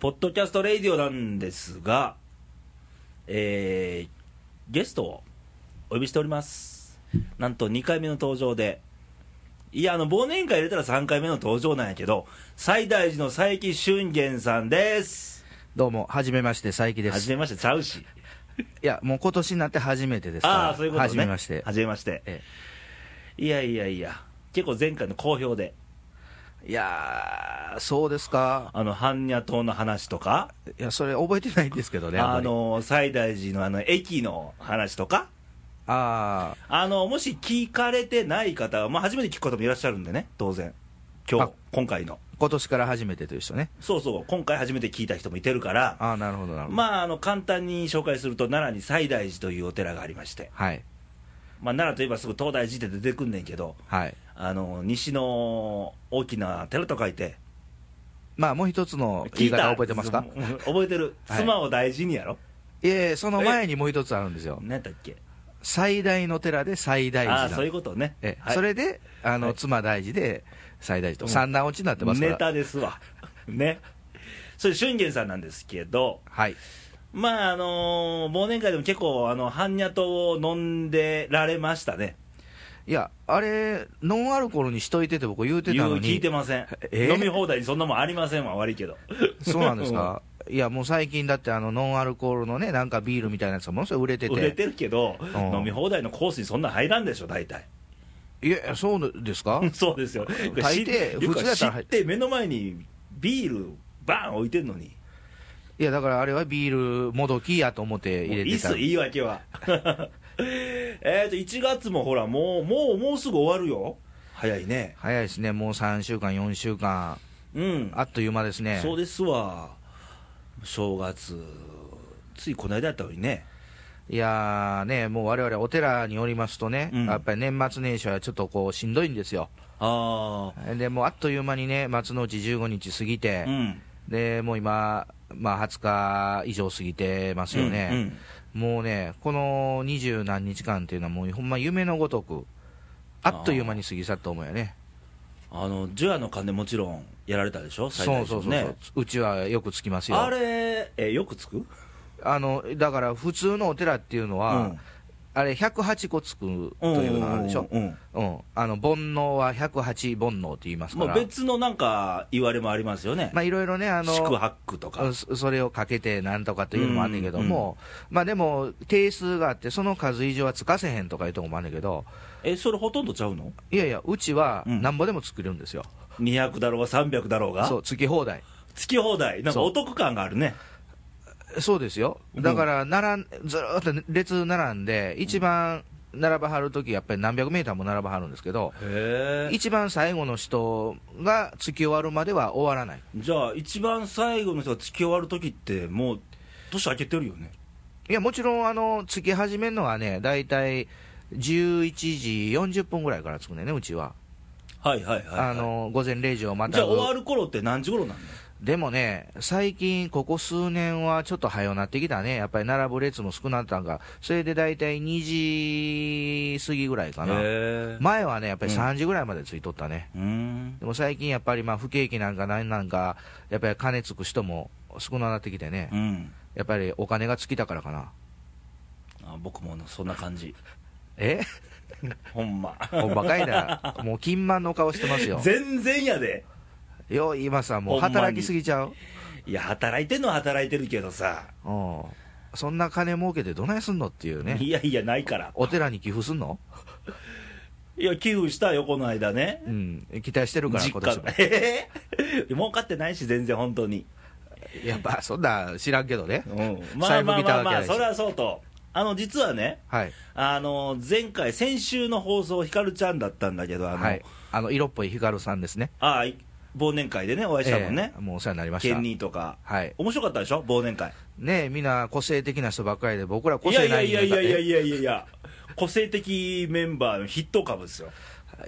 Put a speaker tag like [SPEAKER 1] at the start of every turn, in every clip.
[SPEAKER 1] ポッドキャストレイディオなんですが、えーゲストをお呼びしております。なんと2回目の登場で、いや、あの、忘年会入れたら3回目の登場なんやけど、西大寺の佐伯俊玄さんです。
[SPEAKER 2] どうも、はじめまして、佐伯で
[SPEAKER 1] はじ
[SPEAKER 2] す。
[SPEAKER 1] めまして、ちゃうし。
[SPEAKER 2] いや、もう今年になって初めてですから。
[SPEAKER 1] ああー、そういうことね。
[SPEAKER 2] はじめまして
[SPEAKER 1] は。じめまして。
[SPEAKER 2] え
[SPEAKER 1] いやいやいや、結構前回の好評で、
[SPEAKER 2] えいやー、そうですか。
[SPEAKER 1] あの、般若党の話とか、
[SPEAKER 2] いや、それ覚えてないんですけどね。
[SPEAKER 1] あ
[SPEAKER 2] んまり、
[SPEAKER 1] の、西大寺のあの、駅の話とか、
[SPEAKER 2] あー
[SPEAKER 1] あのもし聞かれてない方は、まあ、初めて聞く方もいらっしゃるんでね、当然、今
[SPEAKER 2] あ
[SPEAKER 1] 日今回の、
[SPEAKER 2] 今年から初めてという人ね。
[SPEAKER 1] そうそう、今回初めて聞いた人もいてるから、
[SPEAKER 2] ああ、なるほど、なるほど。
[SPEAKER 1] まあ、あの簡単に紹介すると、奈良に西大寺というお寺がありまして、
[SPEAKER 2] はい。
[SPEAKER 1] まあ、奈良といえばすぐ東大寺って出てくんねんけど、
[SPEAKER 2] はい。
[SPEAKER 1] あの西の大きな寺と書いて、
[SPEAKER 2] まあ、もう一つの言い方覚えてますか
[SPEAKER 1] 聞いた覚えてる、
[SPEAKER 2] はい
[SPEAKER 1] 妻を大事にやろ、
[SPEAKER 2] いえ、その前にもう一つあるんですよ。
[SPEAKER 1] 何やったっけ、
[SPEAKER 2] 最大の寺で最大寺
[SPEAKER 1] ああ
[SPEAKER 2] なん
[SPEAKER 1] ー、
[SPEAKER 2] で
[SPEAKER 1] そういうことね、
[SPEAKER 2] ええ
[SPEAKER 1] はい
[SPEAKER 2] それで、あの、
[SPEAKER 1] はい
[SPEAKER 2] 妻大事で最大寺
[SPEAKER 1] う
[SPEAKER 2] と。
[SPEAKER 1] ん
[SPEAKER 2] 三段落ちになってますから。
[SPEAKER 1] ネタですわ、 ね、それ、俊玄さんなんですけど、
[SPEAKER 2] はい。
[SPEAKER 1] まああの忘年会でも結構あの般若糖を飲んでられましたね
[SPEAKER 2] いや、あれ、ノンアルコールにしといてって僕言うてた
[SPEAKER 1] 言う
[SPEAKER 2] のに。
[SPEAKER 1] 聞いてません、
[SPEAKER 2] え
[SPEAKER 1] 飲み放題にそんなもんありませんわ悪いけど
[SPEAKER 2] そうなんですか、いや、もう最近だって、あのノンアルコールのね、なんかビールみたいなやつがものすごい売れてて、
[SPEAKER 1] 売れてるけど、
[SPEAKER 2] うん
[SPEAKER 1] 飲み放題のコースにそんなん入らんでしょ大体
[SPEAKER 2] いや、そうですか
[SPEAKER 1] そうですよ
[SPEAKER 2] 大抵
[SPEAKER 1] 知
[SPEAKER 2] 普通やったら
[SPEAKER 1] 知
[SPEAKER 2] 入
[SPEAKER 1] っ
[SPEAKER 2] って
[SPEAKER 1] 目の前にビールバーン置いてんのに
[SPEAKER 2] いや、だからあれはビールもどきやと思って
[SPEAKER 1] もう
[SPEAKER 2] 入れ
[SPEAKER 1] いいって
[SPEAKER 2] た
[SPEAKER 1] す言い訳は えっと1月もほらもうもうもうすぐ終わるよ早いね
[SPEAKER 2] 早いですね、もう3週間、4週間、
[SPEAKER 1] うん
[SPEAKER 2] あっという間ですね、
[SPEAKER 1] そうですわ正月ついこの間やったのにね
[SPEAKER 2] いやーね、もう我々お寺におりますとね、
[SPEAKER 1] うん
[SPEAKER 2] やっぱり年末年始はちょっとこうしんどいんですよ、
[SPEAKER 1] あ
[SPEAKER 2] でもうあっという間にね、松の内15日過ぎて
[SPEAKER 1] あう、ん
[SPEAKER 2] でもう今、まあ、20日以上過ぎてますよね。
[SPEAKER 1] うん
[SPEAKER 2] もうね、この二十何日間っていうのは、もうほんま夢のごとく、あっという間に過ぎ去った思うよね、
[SPEAKER 1] あの除夜の鐘もちろんやられたでしょ最
[SPEAKER 2] そう
[SPEAKER 1] 大
[SPEAKER 2] そ
[SPEAKER 1] 寺も
[SPEAKER 2] うそう、
[SPEAKER 1] ね
[SPEAKER 2] うちはよくつきますよ、
[SPEAKER 1] あれえよくつく
[SPEAKER 2] あのだから普通のお寺っていうのは、
[SPEAKER 1] うん
[SPEAKER 2] あれ、108個つくというのがあるでしょ、
[SPEAKER 1] うん
[SPEAKER 2] うん、あの煩悩は108煩悩って言いますか
[SPEAKER 1] まあ、
[SPEAKER 2] ら、
[SPEAKER 1] 別のなんか言われもありますよね、
[SPEAKER 2] まあいろいろね、あの
[SPEAKER 1] 宿泊とか、
[SPEAKER 2] そそれをかけてなんとかというのもあんねんけども、まあでも、定数があって、その数以上はつかせへんとかいうとこもあんねんけど、
[SPEAKER 1] えそれほとんどちゃうの
[SPEAKER 2] いやいや、うちは
[SPEAKER 1] うん
[SPEAKER 2] なんぼでも作れるんですよ。
[SPEAKER 1] 200だろうが300だろうが
[SPEAKER 2] そう、つき放題。
[SPEAKER 1] つき放題なんか
[SPEAKER 2] そう
[SPEAKER 1] お得感があるね
[SPEAKER 2] そうですよ。だから、並ん、ずーっと列並んで、一番並ばはるとき、やっぱり何百メーターも並ばはるんですけど、
[SPEAKER 1] へえ
[SPEAKER 2] 一番最後の人がつき終わるまでは終わらない。
[SPEAKER 1] じゃあ一番最後の人がつき終わる時ってもう年明けてるよね
[SPEAKER 2] いや、もちろん、あの、つき始めるのはね、だいたい11時40分ぐらいからつくねんね、うちは。
[SPEAKER 1] はいはいはい、はい、
[SPEAKER 2] あの、午前0時をま
[SPEAKER 1] じゃ
[SPEAKER 2] た
[SPEAKER 1] あ終わ
[SPEAKER 2] ぐ。
[SPEAKER 1] る頃って何時頃なん
[SPEAKER 2] でもね、最近、ここ数年はちょっと早うなってきたね。やっぱり並ぶ列も少なったんか。それでだいたい2時過ぎぐらいか
[SPEAKER 1] の
[SPEAKER 2] な。
[SPEAKER 1] へえ
[SPEAKER 2] 前はね、やっぱり3時ぐらいまでついとったね、
[SPEAKER 1] うーん
[SPEAKER 2] でも最近やっぱりまあ不景気なんかなんなんか、やっぱり金つく人も少なくなってきてね、
[SPEAKER 1] うん
[SPEAKER 2] やっぱりお金が尽きたからかな、
[SPEAKER 1] あ僕もそんな感じ
[SPEAKER 2] え
[SPEAKER 1] ほんま
[SPEAKER 2] ほんまかいな、もう金満の顔してますよ、
[SPEAKER 1] 全然やで
[SPEAKER 2] よう今さ、も
[SPEAKER 1] ほ
[SPEAKER 2] う
[SPEAKER 1] んまに
[SPEAKER 2] 働きすぎちゃう、
[SPEAKER 1] いや働いてんのは働いてるけどさ、
[SPEAKER 2] うん、そんな金儲けてどないすんのっていうね、
[SPEAKER 1] いやいやないから
[SPEAKER 2] お寺に寄付すんの、
[SPEAKER 1] いや寄付したよこの間ね
[SPEAKER 2] うん、期待してるから、
[SPEAKER 1] 実
[SPEAKER 2] 今
[SPEAKER 1] 家
[SPEAKER 2] 年
[SPEAKER 1] の
[SPEAKER 2] も、
[SPEAKER 1] え え儲かってないし全然本当に、
[SPEAKER 2] いやっぱそんなん知らんけどね、
[SPEAKER 1] うん、まあまあ
[SPEAKER 2] 財布見
[SPEAKER 1] ま
[SPEAKER 2] た
[SPEAKER 1] あ
[SPEAKER 2] わけ
[SPEAKER 1] ま
[SPEAKER 2] や
[SPEAKER 1] あ
[SPEAKER 2] し
[SPEAKER 1] それはそうとあの実はね
[SPEAKER 2] はい、
[SPEAKER 1] あの前回先週の放送ひかるちゃんだったんだけどあの、
[SPEAKER 2] はい、あの色っぽいヒカルさんですね、
[SPEAKER 1] ああい忘年会でねお会いしたもんね
[SPEAKER 2] え、えもうお世話になりまし
[SPEAKER 1] ケ
[SPEAKER 2] た
[SPEAKER 1] ン。ニーとか
[SPEAKER 2] はい、
[SPEAKER 1] 面白かったでしょ忘年会
[SPEAKER 2] ねえ、みんな個性的な人ばっかりで、僕ら個
[SPEAKER 1] いや
[SPEAKER 2] 性
[SPEAKER 1] いや
[SPEAKER 2] ない
[SPEAKER 1] い
[SPEAKER 2] 人
[SPEAKER 1] や
[SPEAKER 2] 間
[SPEAKER 1] い
[SPEAKER 2] だっ
[SPEAKER 1] や
[SPEAKER 2] て
[SPEAKER 1] いやいやいやいや個性的メンバーの筆頭株ですよ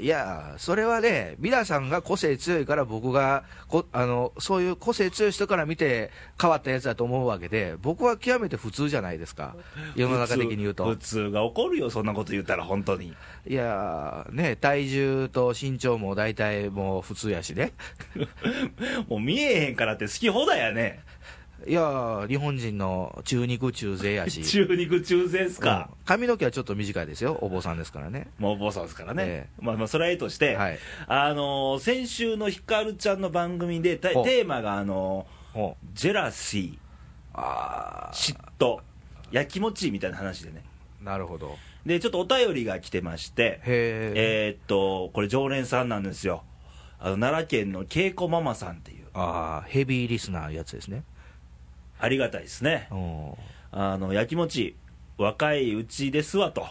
[SPEAKER 2] いや、それはね、皆さんが個性強いから、僕がこあの、そういう個性強い人から見て、変わったやつだと思うわけで、僕は極めて普通じゃないですか、世の中的に言う
[SPEAKER 1] 普
[SPEAKER 2] と。
[SPEAKER 1] 通普通が怒るよそんなこと言ったら本当に
[SPEAKER 2] いや、ね、体重と身長も大体もう普通やしね、
[SPEAKER 1] もう見えへんからって好き放題やね
[SPEAKER 2] いやー日本人の中肉中背や し、
[SPEAKER 1] 中肉中背ですか
[SPEAKER 2] う、ん髪の毛はちょっと短いですよ、お坊さんですからね。
[SPEAKER 1] もうお坊さんですからね、
[SPEAKER 2] え
[SPEAKER 1] まあまあそれはいいとして、
[SPEAKER 2] はい、
[SPEAKER 1] あのー先週のひかるちゃんの番組でた
[SPEAKER 2] ほう
[SPEAKER 1] テーマがあの
[SPEAKER 2] ほう
[SPEAKER 1] ージェラシ
[SPEAKER 2] あ
[SPEAKER 1] ー嫉妬やきもちみたいな話でね
[SPEAKER 2] ーなるほど、
[SPEAKER 1] でちょっとお便りが来てまして
[SPEAKER 2] へえ、
[SPEAKER 1] えーっとこれ常連さんなんですよあの奈良県の恵子ママさんっていう
[SPEAKER 2] あーヘビーリスナーやつですね。
[SPEAKER 1] ありがたいですね
[SPEAKER 2] うん
[SPEAKER 1] あのやきもち若いうちですわと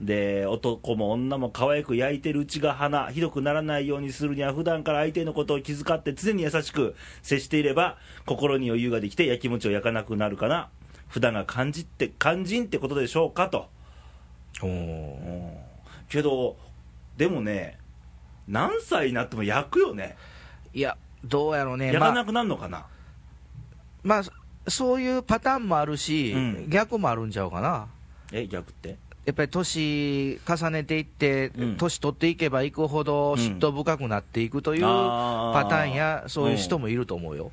[SPEAKER 1] で男も女も可愛く焼いてるうちが花ひどくならないようにするには普段から相手のことを気遣って常に優しく接していれば心に余裕ができてやきもちを焼かなくなるかな普段が肝心って肝心ってことでしょうかと
[SPEAKER 2] おー
[SPEAKER 1] うんけどでもね何歳になっても焼くよね
[SPEAKER 2] いや、どうやろうね、
[SPEAKER 1] 焼
[SPEAKER 2] ま
[SPEAKER 1] か
[SPEAKER 2] あ
[SPEAKER 1] なくなるのかな、
[SPEAKER 2] まあ、そそういうパターンもあるし、
[SPEAKER 1] うん
[SPEAKER 2] 逆もあるんちゃうかな。
[SPEAKER 1] え逆って
[SPEAKER 2] やっぱり年重ねていって
[SPEAKER 1] うん、
[SPEAKER 2] 年、取っていけばいくほど、嫉妬深くなっていくという
[SPEAKER 1] あー
[SPEAKER 2] パターンや、そういう人もいると思うよ、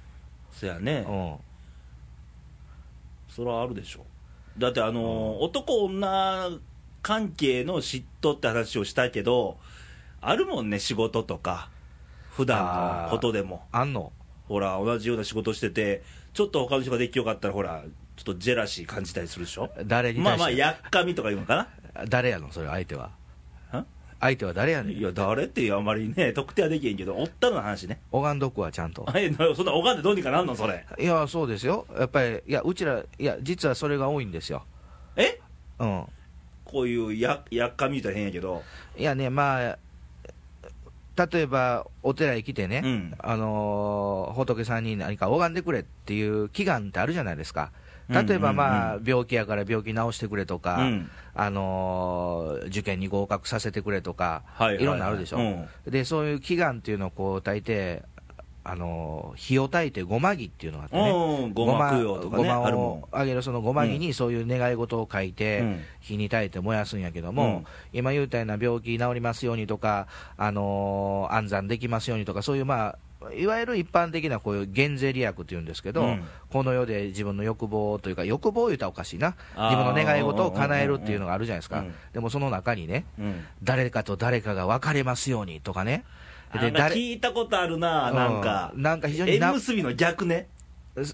[SPEAKER 1] そやね、
[SPEAKER 2] うん
[SPEAKER 1] それはあるでしょだってあのー男女関係の嫉妬って話をしたけどあるもんね仕事とか普段のことでも
[SPEAKER 2] あんの、
[SPEAKER 1] ほら同じような仕事しててちょっと他の人ができよかったらほらちょっとジェラシー感じたりするでしょ
[SPEAKER 2] 誰に
[SPEAKER 1] まあ
[SPEAKER 2] 対
[SPEAKER 1] まあ
[SPEAKER 2] して、
[SPEAKER 1] やっかみとか言うのか
[SPEAKER 2] 誰やの、それ、相手は。
[SPEAKER 1] な
[SPEAKER 2] 相手は誰やね
[SPEAKER 1] んい
[SPEAKER 2] ん、
[SPEAKER 1] や誰ってあんまりね特定はできへんけどおったらの話ね
[SPEAKER 2] 拝んどくわ、ちゃんと。
[SPEAKER 1] あい やそんな拝んでどうにかなんのそれ
[SPEAKER 2] いや、そうですよ、やっぱり、いや、うちら、いや、実はそれが多いんですよ、
[SPEAKER 1] え
[SPEAKER 2] うん、
[SPEAKER 1] こういうややっかみ言うたら変やけど
[SPEAKER 2] いやね、まあ、例えばお寺へ来てね、
[SPEAKER 1] うん
[SPEAKER 2] あのー仏さんに何か拝んでくれっていう祈願ってあるじゃないですか、
[SPEAKER 1] うんうん
[SPEAKER 2] 例えば、まあ
[SPEAKER 1] う
[SPEAKER 2] 病気やから病気治してくれとか、
[SPEAKER 1] うん
[SPEAKER 2] あのー受験に合格させてくれとか、
[SPEAKER 1] はいはいはい
[SPEAKER 2] いろんなのあるでしょ、
[SPEAKER 1] うん
[SPEAKER 2] でそういう祈願っていうのをこう炊いて、あのー火を炊いてごま木っていうのがあってね。
[SPEAKER 1] うんごま供養とかね
[SPEAKER 2] ごま
[SPEAKER 1] あるもん
[SPEAKER 2] をあげるそのごま木にそういう願い事を書いて、
[SPEAKER 1] うん
[SPEAKER 2] 火に焚いて燃やすんやけども、今言うたような病気治りますようにとか、あのー安産できますようにとか、そういうまあ、いわゆる一般的なこういう減税利益っていうんですけど、
[SPEAKER 1] うん
[SPEAKER 2] この世で自分の欲望というか、欲望を言うたらおかしいな、
[SPEAKER 1] あー
[SPEAKER 2] 自分の願い事を叶えるっていうのがあるじゃないですか、
[SPEAKER 1] うん
[SPEAKER 2] でもその中にね、
[SPEAKER 1] うん
[SPEAKER 2] 誰かと誰かが別れますようにとかね、
[SPEAKER 1] あなんか聞いたことあるな、なんか
[SPEAKER 2] う、んなんか非常に
[SPEAKER 1] 縁
[SPEAKER 2] な
[SPEAKER 1] 結びの逆ね、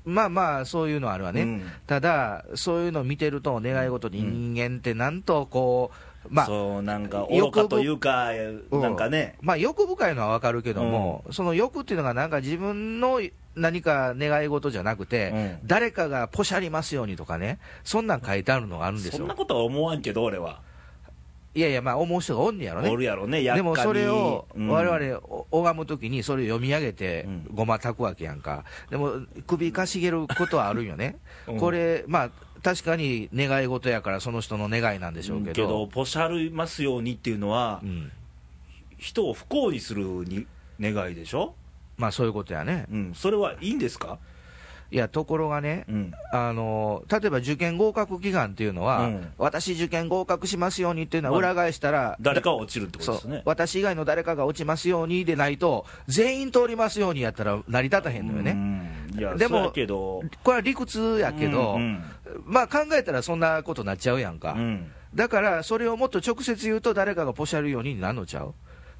[SPEAKER 2] まあまあ、そういうのはあるわね、
[SPEAKER 1] うん
[SPEAKER 2] ただ、そういうのを見てると、願い事に人間ってなんとこう、まあ、
[SPEAKER 1] そう、なんか
[SPEAKER 2] 欲
[SPEAKER 1] 愚かというか、
[SPEAKER 2] うん
[SPEAKER 1] なんかね、
[SPEAKER 2] まあ、欲深いのはわかるけども、その欲っていうのが、なんか自分の何か願い事じゃなくて、
[SPEAKER 1] う
[SPEAKER 2] 誰かがポシャりますようにとかね、そんなん書いてあるのがあるんで
[SPEAKER 1] そ
[SPEAKER 2] す
[SPEAKER 1] ん
[SPEAKER 2] よ
[SPEAKER 1] な。ことは思わんけど、俺は、
[SPEAKER 2] いやいや、まあ、思う人がおんねやろね
[SPEAKER 1] お。るやろね、やっ
[SPEAKER 2] で
[SPEAKER 1] かに
[SPEAKER 2] もそれを
[SPEAKER 1] うん
[SPEAKER 2] 我々お拝むときに、それを読み上げて
[SPEAKER 1] うん、
[SPEAKER 2] ごま炊くわけやんか、でも首かしげることはあるんよね
[SPEAKER 1] うん、
[SPEAKER 2] これ、まあ確かに願い事やから、その人の願いなんでしょうけ
[SPEAKER 1] けど、
[SPEAKER 2] ど、
[SPEAKER 1] ポシャりますようにっていうのは
[SPEAKER 2] う、ん
[SPEAKER 1] 人を不幸にするに願いでしょ、
[SPEAKER 2] まあそういうことやね、
[SPEAKER 1] うん、それはいいんですか、
[SPEAKER 2] いや、ところがね
[SPEAKER 1] う、ん、
[SPEAKER 2] あの例えば受験合格祈願っていうのは、
[SPEAKER 1] うん
[SPEAKER 2] 私、受験合格しますようにっていうの
[SPEAKER 1] ま
[SPEAKER 2] は
[SPEAKER 1] あ
[SPEAKER 2] 裏返したら、
[SPEAKER 1] 誰かは落ちるってこと
[SPEAKER 2] そ
[SPEAKER 1] です
[SPEAKER 2] う
[SPEAKER 1] ね、
[SPEAKER 2] 私以外の誰かが落ちますようにでないと、全員通りますようにやったら成り立たへんのよね。
[SPEAKER 1] うんいや、
[SPEAKER 2] で
[SPEAKER 1] で
[SPEAKER 2] も
[SPEAKER 1] も、けど、
[SPEAKER 2] これは理屈やけど、
[SPEAKER 1] うんうん
[SPEAKER 2] まあ考えたらそんなことなっちゃうやんか、
[SPEAKER 1] うん
[SPEAKER 2] だからそれをもっと直接言うと、誰かがポシャるようになんのちゃう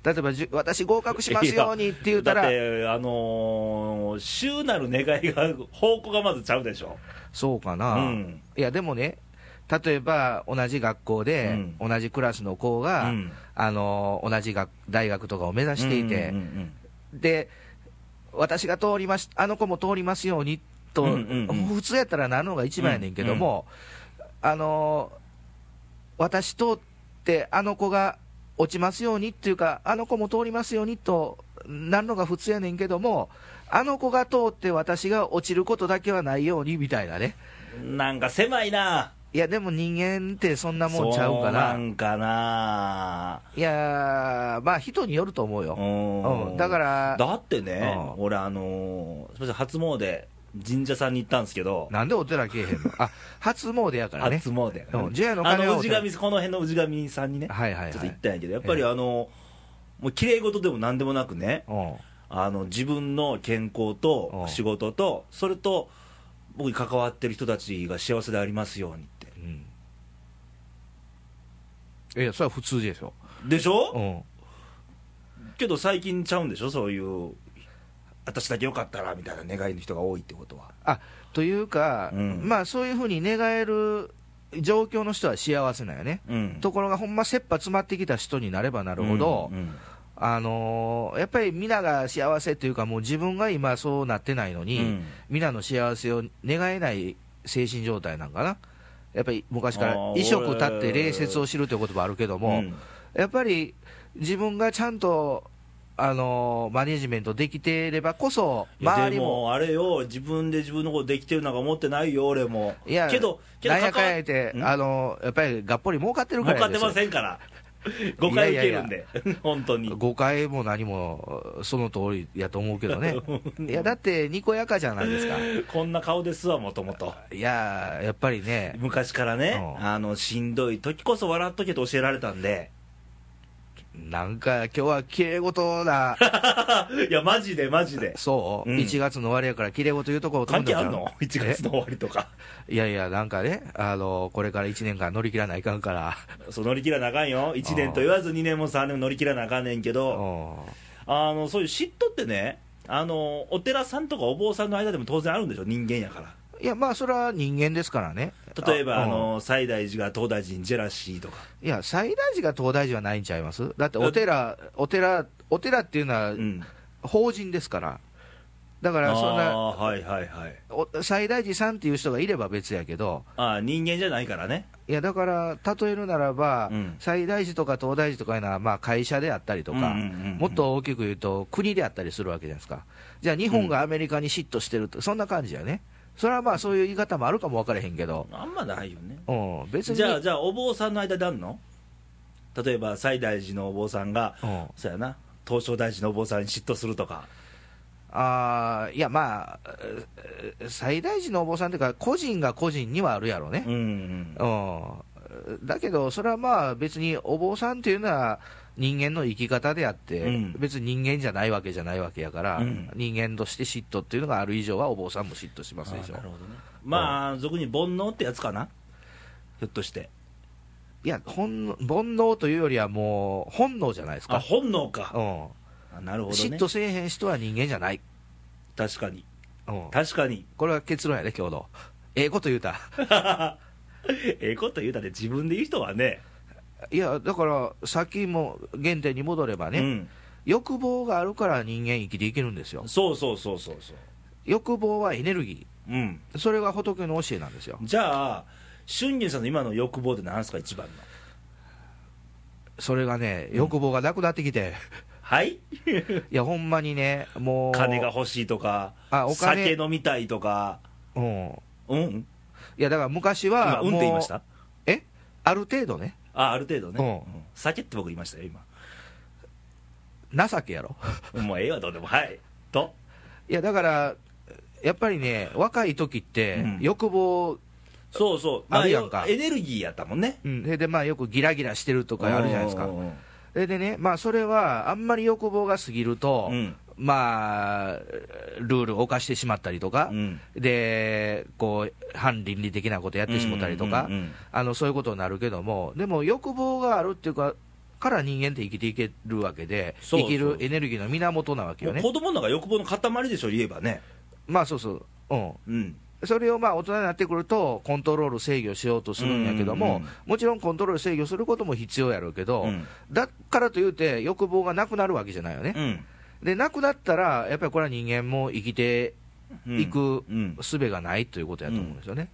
[SPEAKER 2] 例えばじゅ、私合格しますようにって言うた
[SPEAKER 1] だっ
[SPEAKER 2] ら、
[SPEAKER 1] て、あのー、週なる願いが、方向がまずちゃうでしょ。
[SPEAKER 2] そうかな、
[SPEAKER 1] うん
[SPEAKER 2] いや、でもね、例えば同じ学校で、
[SPEAKER 1] う
[SPEAKER 2] 同じクラスの子
[SPEAKER 1] う
[SPEAKER 2] が、
[SPEAKER 1] ん
[SPEAKER 2] あの同じ学大学とかを目指していて、
[SPEAKER 1] うんうんうん
[SPEAKER 2] で私が通りましあの子も通りますようにと、
[SPEAKER 1] うんうんうん
[SPEAKER 2] 普通やったらなるのが一番やねんけども、あの私通って、あの子が落ちますようにっていうか、あの子も通りますようにとなるのが普通やねんけども、あの子が通って、私が落ちることだけはないようにみたいなね。
[SPEAKER 1] なんか狭いない
[SPEAKER 2] や、でも人間ってそんなもんちゃうか
[SPEAKER 1] そうな
[SPEAKER 2] ら、
[SPEAKER 1] んかない
[SPEAKER 2] やー、まあ人によると思う
[SPEAKER 1] う
[SPEAKER 2] よ。
[SPEAKER 1] ん
[SPEAKER 2] うんだから
[SPEAKER 1] だってね、
[SPEAKER 2] うん
[SPEAKER 1] 俺あのーすみません初詣神社さんに行ったんですけど、
[SPEAKER 2] なんでお寺来えへんのあ、 初詣やからね。
[SPEAKER 1] 初詣やからね
[SPEAKER 2] うん除夜の
[SPEAKER 1] あ
[SPEAKER 2] 鐘は
[SPEAKER 1] の氏神この辺の氏神さんにね、
[SPEAKER 2] はいはいはい
[SPEAKER 1] ちょっと行ったんやけどやっぱりあのーもう綺麗事でもなんでもなくね
[SPEAKER 2] うん
[SPEAKER 1] あの自分の健康と
[SPEAKER 2] うん
[SPEAKER 1] 仕事と、それと僕に関わってる人たちが幸せでありますようにって。
[SPEAKER 2] うんいやそれは普通でしょ、
[SPEAKER 1] でしょ、
[SPEAKER 2] うん、
[SPEAKER 1] けど最近ちゃうんでしょ、そういう、私だけよかったらみたいな願いの人が多いってことは。
[SPEAKER 2] あというか、
[SPEAKER 1] うん
[SPEAKER 2] まあそういうふうに願える状況の人は幸せなんよね、
[SPEAKER 1] うん、
[SPEAKER 2] ところがほんま切羽詰まってきた人になればなるほど、
[SPEAKER 1] うんうん
[SPEAKER 2] あのーやっぱり皆が幸せというか、もう自分が今そうなってないのに、
[SPEAKER 1] うん
[SPEAKER 2] 皆の幸せを願えない精神状態なんかな、やっぱり昔から
[SPEAKER 1] あー、
[SPEAKER 2] 衣食たって礼節を知るという言葉あるけども、
[SPEAKER 1] うん
[SPEAKER 2] やっぱり自分がちゃんと、あのーマネジメントできていればこそ、
[SPEAKER 1] いや
[SPEAKER 2] 周
[SPEAKER 1] で
[SPEAKER 2] りも、
[SPEAKER 1] もあれよ、自分で自分のことできてるなんか思ってないよ、俺も。
[SPEAKER 2] いや、
[SPEAKER 1] けど、けど
[SPEAKER 2] なんやかんや
[SPEAKER 1] 関わ
[SPEAKER 2] 言うて、
[SPEAKER 1] ん
[SPEAKER 2] あのーやっぱりがっぽり儲かってる
[SPEAKER 1] 儲
[SPEAKER 2] から
[SPEAKER 1] かっ
[SPEAKER 2] で
[SPEAKER 1] て
[SPEAKER 2] すよ
[SPEAKER 1] ませんから、誤解受けるんで、 本当に。
[SPEAKER 2] 誤解も何もその通りやと思うけど ねいやだってにこやかじゃないですか
[SPEAKER 1] こんな顔ですわ、もともと。
[SPEAKER 2] いやーやっぱりね
[SPEAKER 1] 昔からね、
[SPEAKER 2] うん
[SPEAKER 1] あのしんどい時こそ笑っとけと教えられたんで、
[SPEAKER 2] なんか今日は綺麗 事だ
[SPEAKER 1] いや、マジでマジで、
[SPEAKER 2] そう、
[SPEAKER 1] うん
[SPEAKER 2] 1月の終わりやから綺麗事言うとこを
[SPEAKER 1] 関係あんの ?1 月の終わりとか、
[SPEAKER 2] いやいやなんかねあのこれから1年間乗り切らないかんから
[SPEAKER 1] そう乗り切らなあかんよ、1年と言わず2年も3年も乗り切らなあかんねんけ
[SPEAKER 2] う
[SPEAKER 1] ど、
[SPEAKER 2] ん
[SPEAKER 1] あのそういう嫉妬ってね、あのお寺さんとかお坊さんの間でも当然あるんでしょ、人間やから。
[SPEAKER 2] いやまあそれは人間ですからね
[SPEAKER 1] 例えばあ
[SPEAKER 2] うん
[SPEAKER 1] の西大寺が東大寺にジェラシーとか、
[SPEAKER 2] いや最大寺が東大寺はないんちゃいますだってお寺お寺お寺っていうのは
[SPEAKER 1] うん、
[SPEAKER 2] 法人ですからだからそんな
[SPEAKER 1] あーはいはいはい
[SPEAKER 2] お西大寺さんっていう人がいれば別やけど、
[SPEAKER 1] あー人間じゃないからね
[SPEAKER 2] いやだから、例えるならば、
[SPEAKER 1] うん
[SPEAKER 2] 西大寺とか東大寺とかいうのは、まあ、会社であったりとか、
[SPEAKER 1] うんうんうんうん
[SPEAKER 2] もっと大きく言うと、国であったりするわけじゃないですか、じゃあ、日本がアメリカに嫉妬してると、そんな感じやね、それはまあ、そういう言い方もあるかも分からへんけど、
[SPEAKER 1] あんまないよね
[SPEAKER 2] うん、別に、
[SPEAKER 1] じゃあじゃあお坊さんの間であんの例えば西大寺のお坊さんが
[SPEAKER 2] うん
[SPEAKER 1] そうやな東照大寺のお坊さんに嫉妬するとか
[SPEAKER 2] あーいや、まあ、えー西大寺のお坊さんというか、個人が個人にはあるやろうね
[SPEAKER 1] う。んうん
[SPEAKER 2] うん、だけど、それはまあ別にお坊さんというのは人間の生き方であって、
[SPEAKER 1] うん
[SPEAKER 2] 別に人間じゃないわけじゃないわけやから、
[SPEAKER 1] うん
[SPEAKER 2] 人間として嫉妬っていうのがある以上はお坊さんも嫉妬し
[SPEAKER 1] あ
[SPEAKER 2] ます
[SPEAKER 1] ー
[SPEAKER 2] でしょ
[SPEAKER 1] な。るほどねまあ俗に煩悩ってやつかなひょっとして
[SPEAKER 2] いやほんの、煩悩というよりはもう本能じゃないです
[SPEAKER 1] あ
[SPEAKER 2] か。
[SPEAKER 1] 本能
[SPEAKER 2] う
[SPEAKER 1] か
[SPEAKER 2] ん
[SPEAKER 1] あなるほど
[SPEAKER 2] 嫉
[SPEAKER 1] ね
[SPEAKER 2] 妬せえへん人は人間じゃない。
[SPEAKER 1] 確かに
[SPEAKER 2] うん
[SPEAKER 1] 確かに
[SPEAKER 2] これは結論やね、今日の。ええこと言うた。
[SPEAKER 1] ええこと言うたで自分で言う人はね
[SPEAKER 2] いや、だから、さっきも原点に戻ればね、
[SPEAKER 1] うん
[SPEAKER 2] 欲望があるから人間生きていけるんですよ。
[SPEAKER 1] そうそうそうそうそう
[SPEAKER 2] 欲望はエネルギ
[SPEAKER 1] うん
[SPEAKER 2] ー。それが仏の教えなんですよ。
[SPEAKER 1] じゃあ、俊仁さんの今の欲望って何ですか、一番の。
[SPEAKER 2] それがね、欲望がなくなって きて、
[SPEAKER 1] はい
[SPEAKER 2] いや、ほんまにね、もう、
[SPEAKER 1] 金が欲しいとか、
[SPEAKER 2] あお金
[SPEAKER 1] 酒飲みたいとか、
[SPEAKER 2] うん、
[SPEAKER 1] うん、
[SPEAKER 2] いや、だから昔
[SPEAKER 1] 今、
[SPEAKER 2] は、
[SPEAKER 1] うんって言いました
[SPEAKER 2] もうえある程度ね、
[SPEAKER 1] あある程度ね、
[SPEAKER 2] うん
[SPEAKER 1] うん酒って僕言いましたよ、今。
[SPEAKER 2] 情けやろ、
[SPEAKER 1] もうええわ、どうでも、はい。と、
[SPEAKER 2] いや、だから、やっぱりね、若い時って
[SPEAKER 1] うん、
[SPEAKER 2] 欲望、
[SPEAKER 1] そうそう、ま
[SPEAKER 2] あるやんか
[SPEAKER 1] エネルギーやったもんね。
[SPEAKER 2] うん、それでまあ、よくギラギラしてるとかあるじゃないですか
[SPEAKER 1] うん、うんうん
[SPEAKER 2] それでね、まあ、それは、あんまり欲望が過ぎると、
[SPEAKER 1] うん
[SPEAKER 2] まあ、ルールを犯してしまったりとか、
[SPEAKER 1] うん
[SPEAKER 2] でこう反倫理的なことやってしもたりとか
[SPEAKER 1] うんうんうんうん、
[SPEAKER 2] あのそういうことになるけども、でも欲望があるっていうか、から人間って生きていけるわけで、
[SPEAKER 1] そうそう
[SPEAKER 2] 生きるエネルギーの源なわけよ
[SPEAKER 1] もう
[SPEAKER 2] ね、
[SPEAKER 1] 子供のが欲望の塊でしょ、言えばね。
[SPEAKER 2] まあそうそう、うん、
[SPEAKER 1] うん、
[SPEAKER 2] それをまあ大人になってくると、コントロール制御しようとするんやけど
[SPEAKER 1] うんう
[SPEAKER 2] も、
[SPEAKER 1] んうん
[SPEAKER 2] もちろんコントロール制御することも必要やろうけど、
[SPEAKER 1] うん
[SPEAKER 2] だからといって、欲望がなくなるわけじゃないよね。
[SPEAKER 1] うん
[SPEAKER 2] でなくなったら、やっぱりこれは人間も生きて
[SPEAKER 1] うん
[SPEAKER 2] いく
[SPEAKER 1] うん
[SPEAKER 2] 術がないということやと思うんですよね、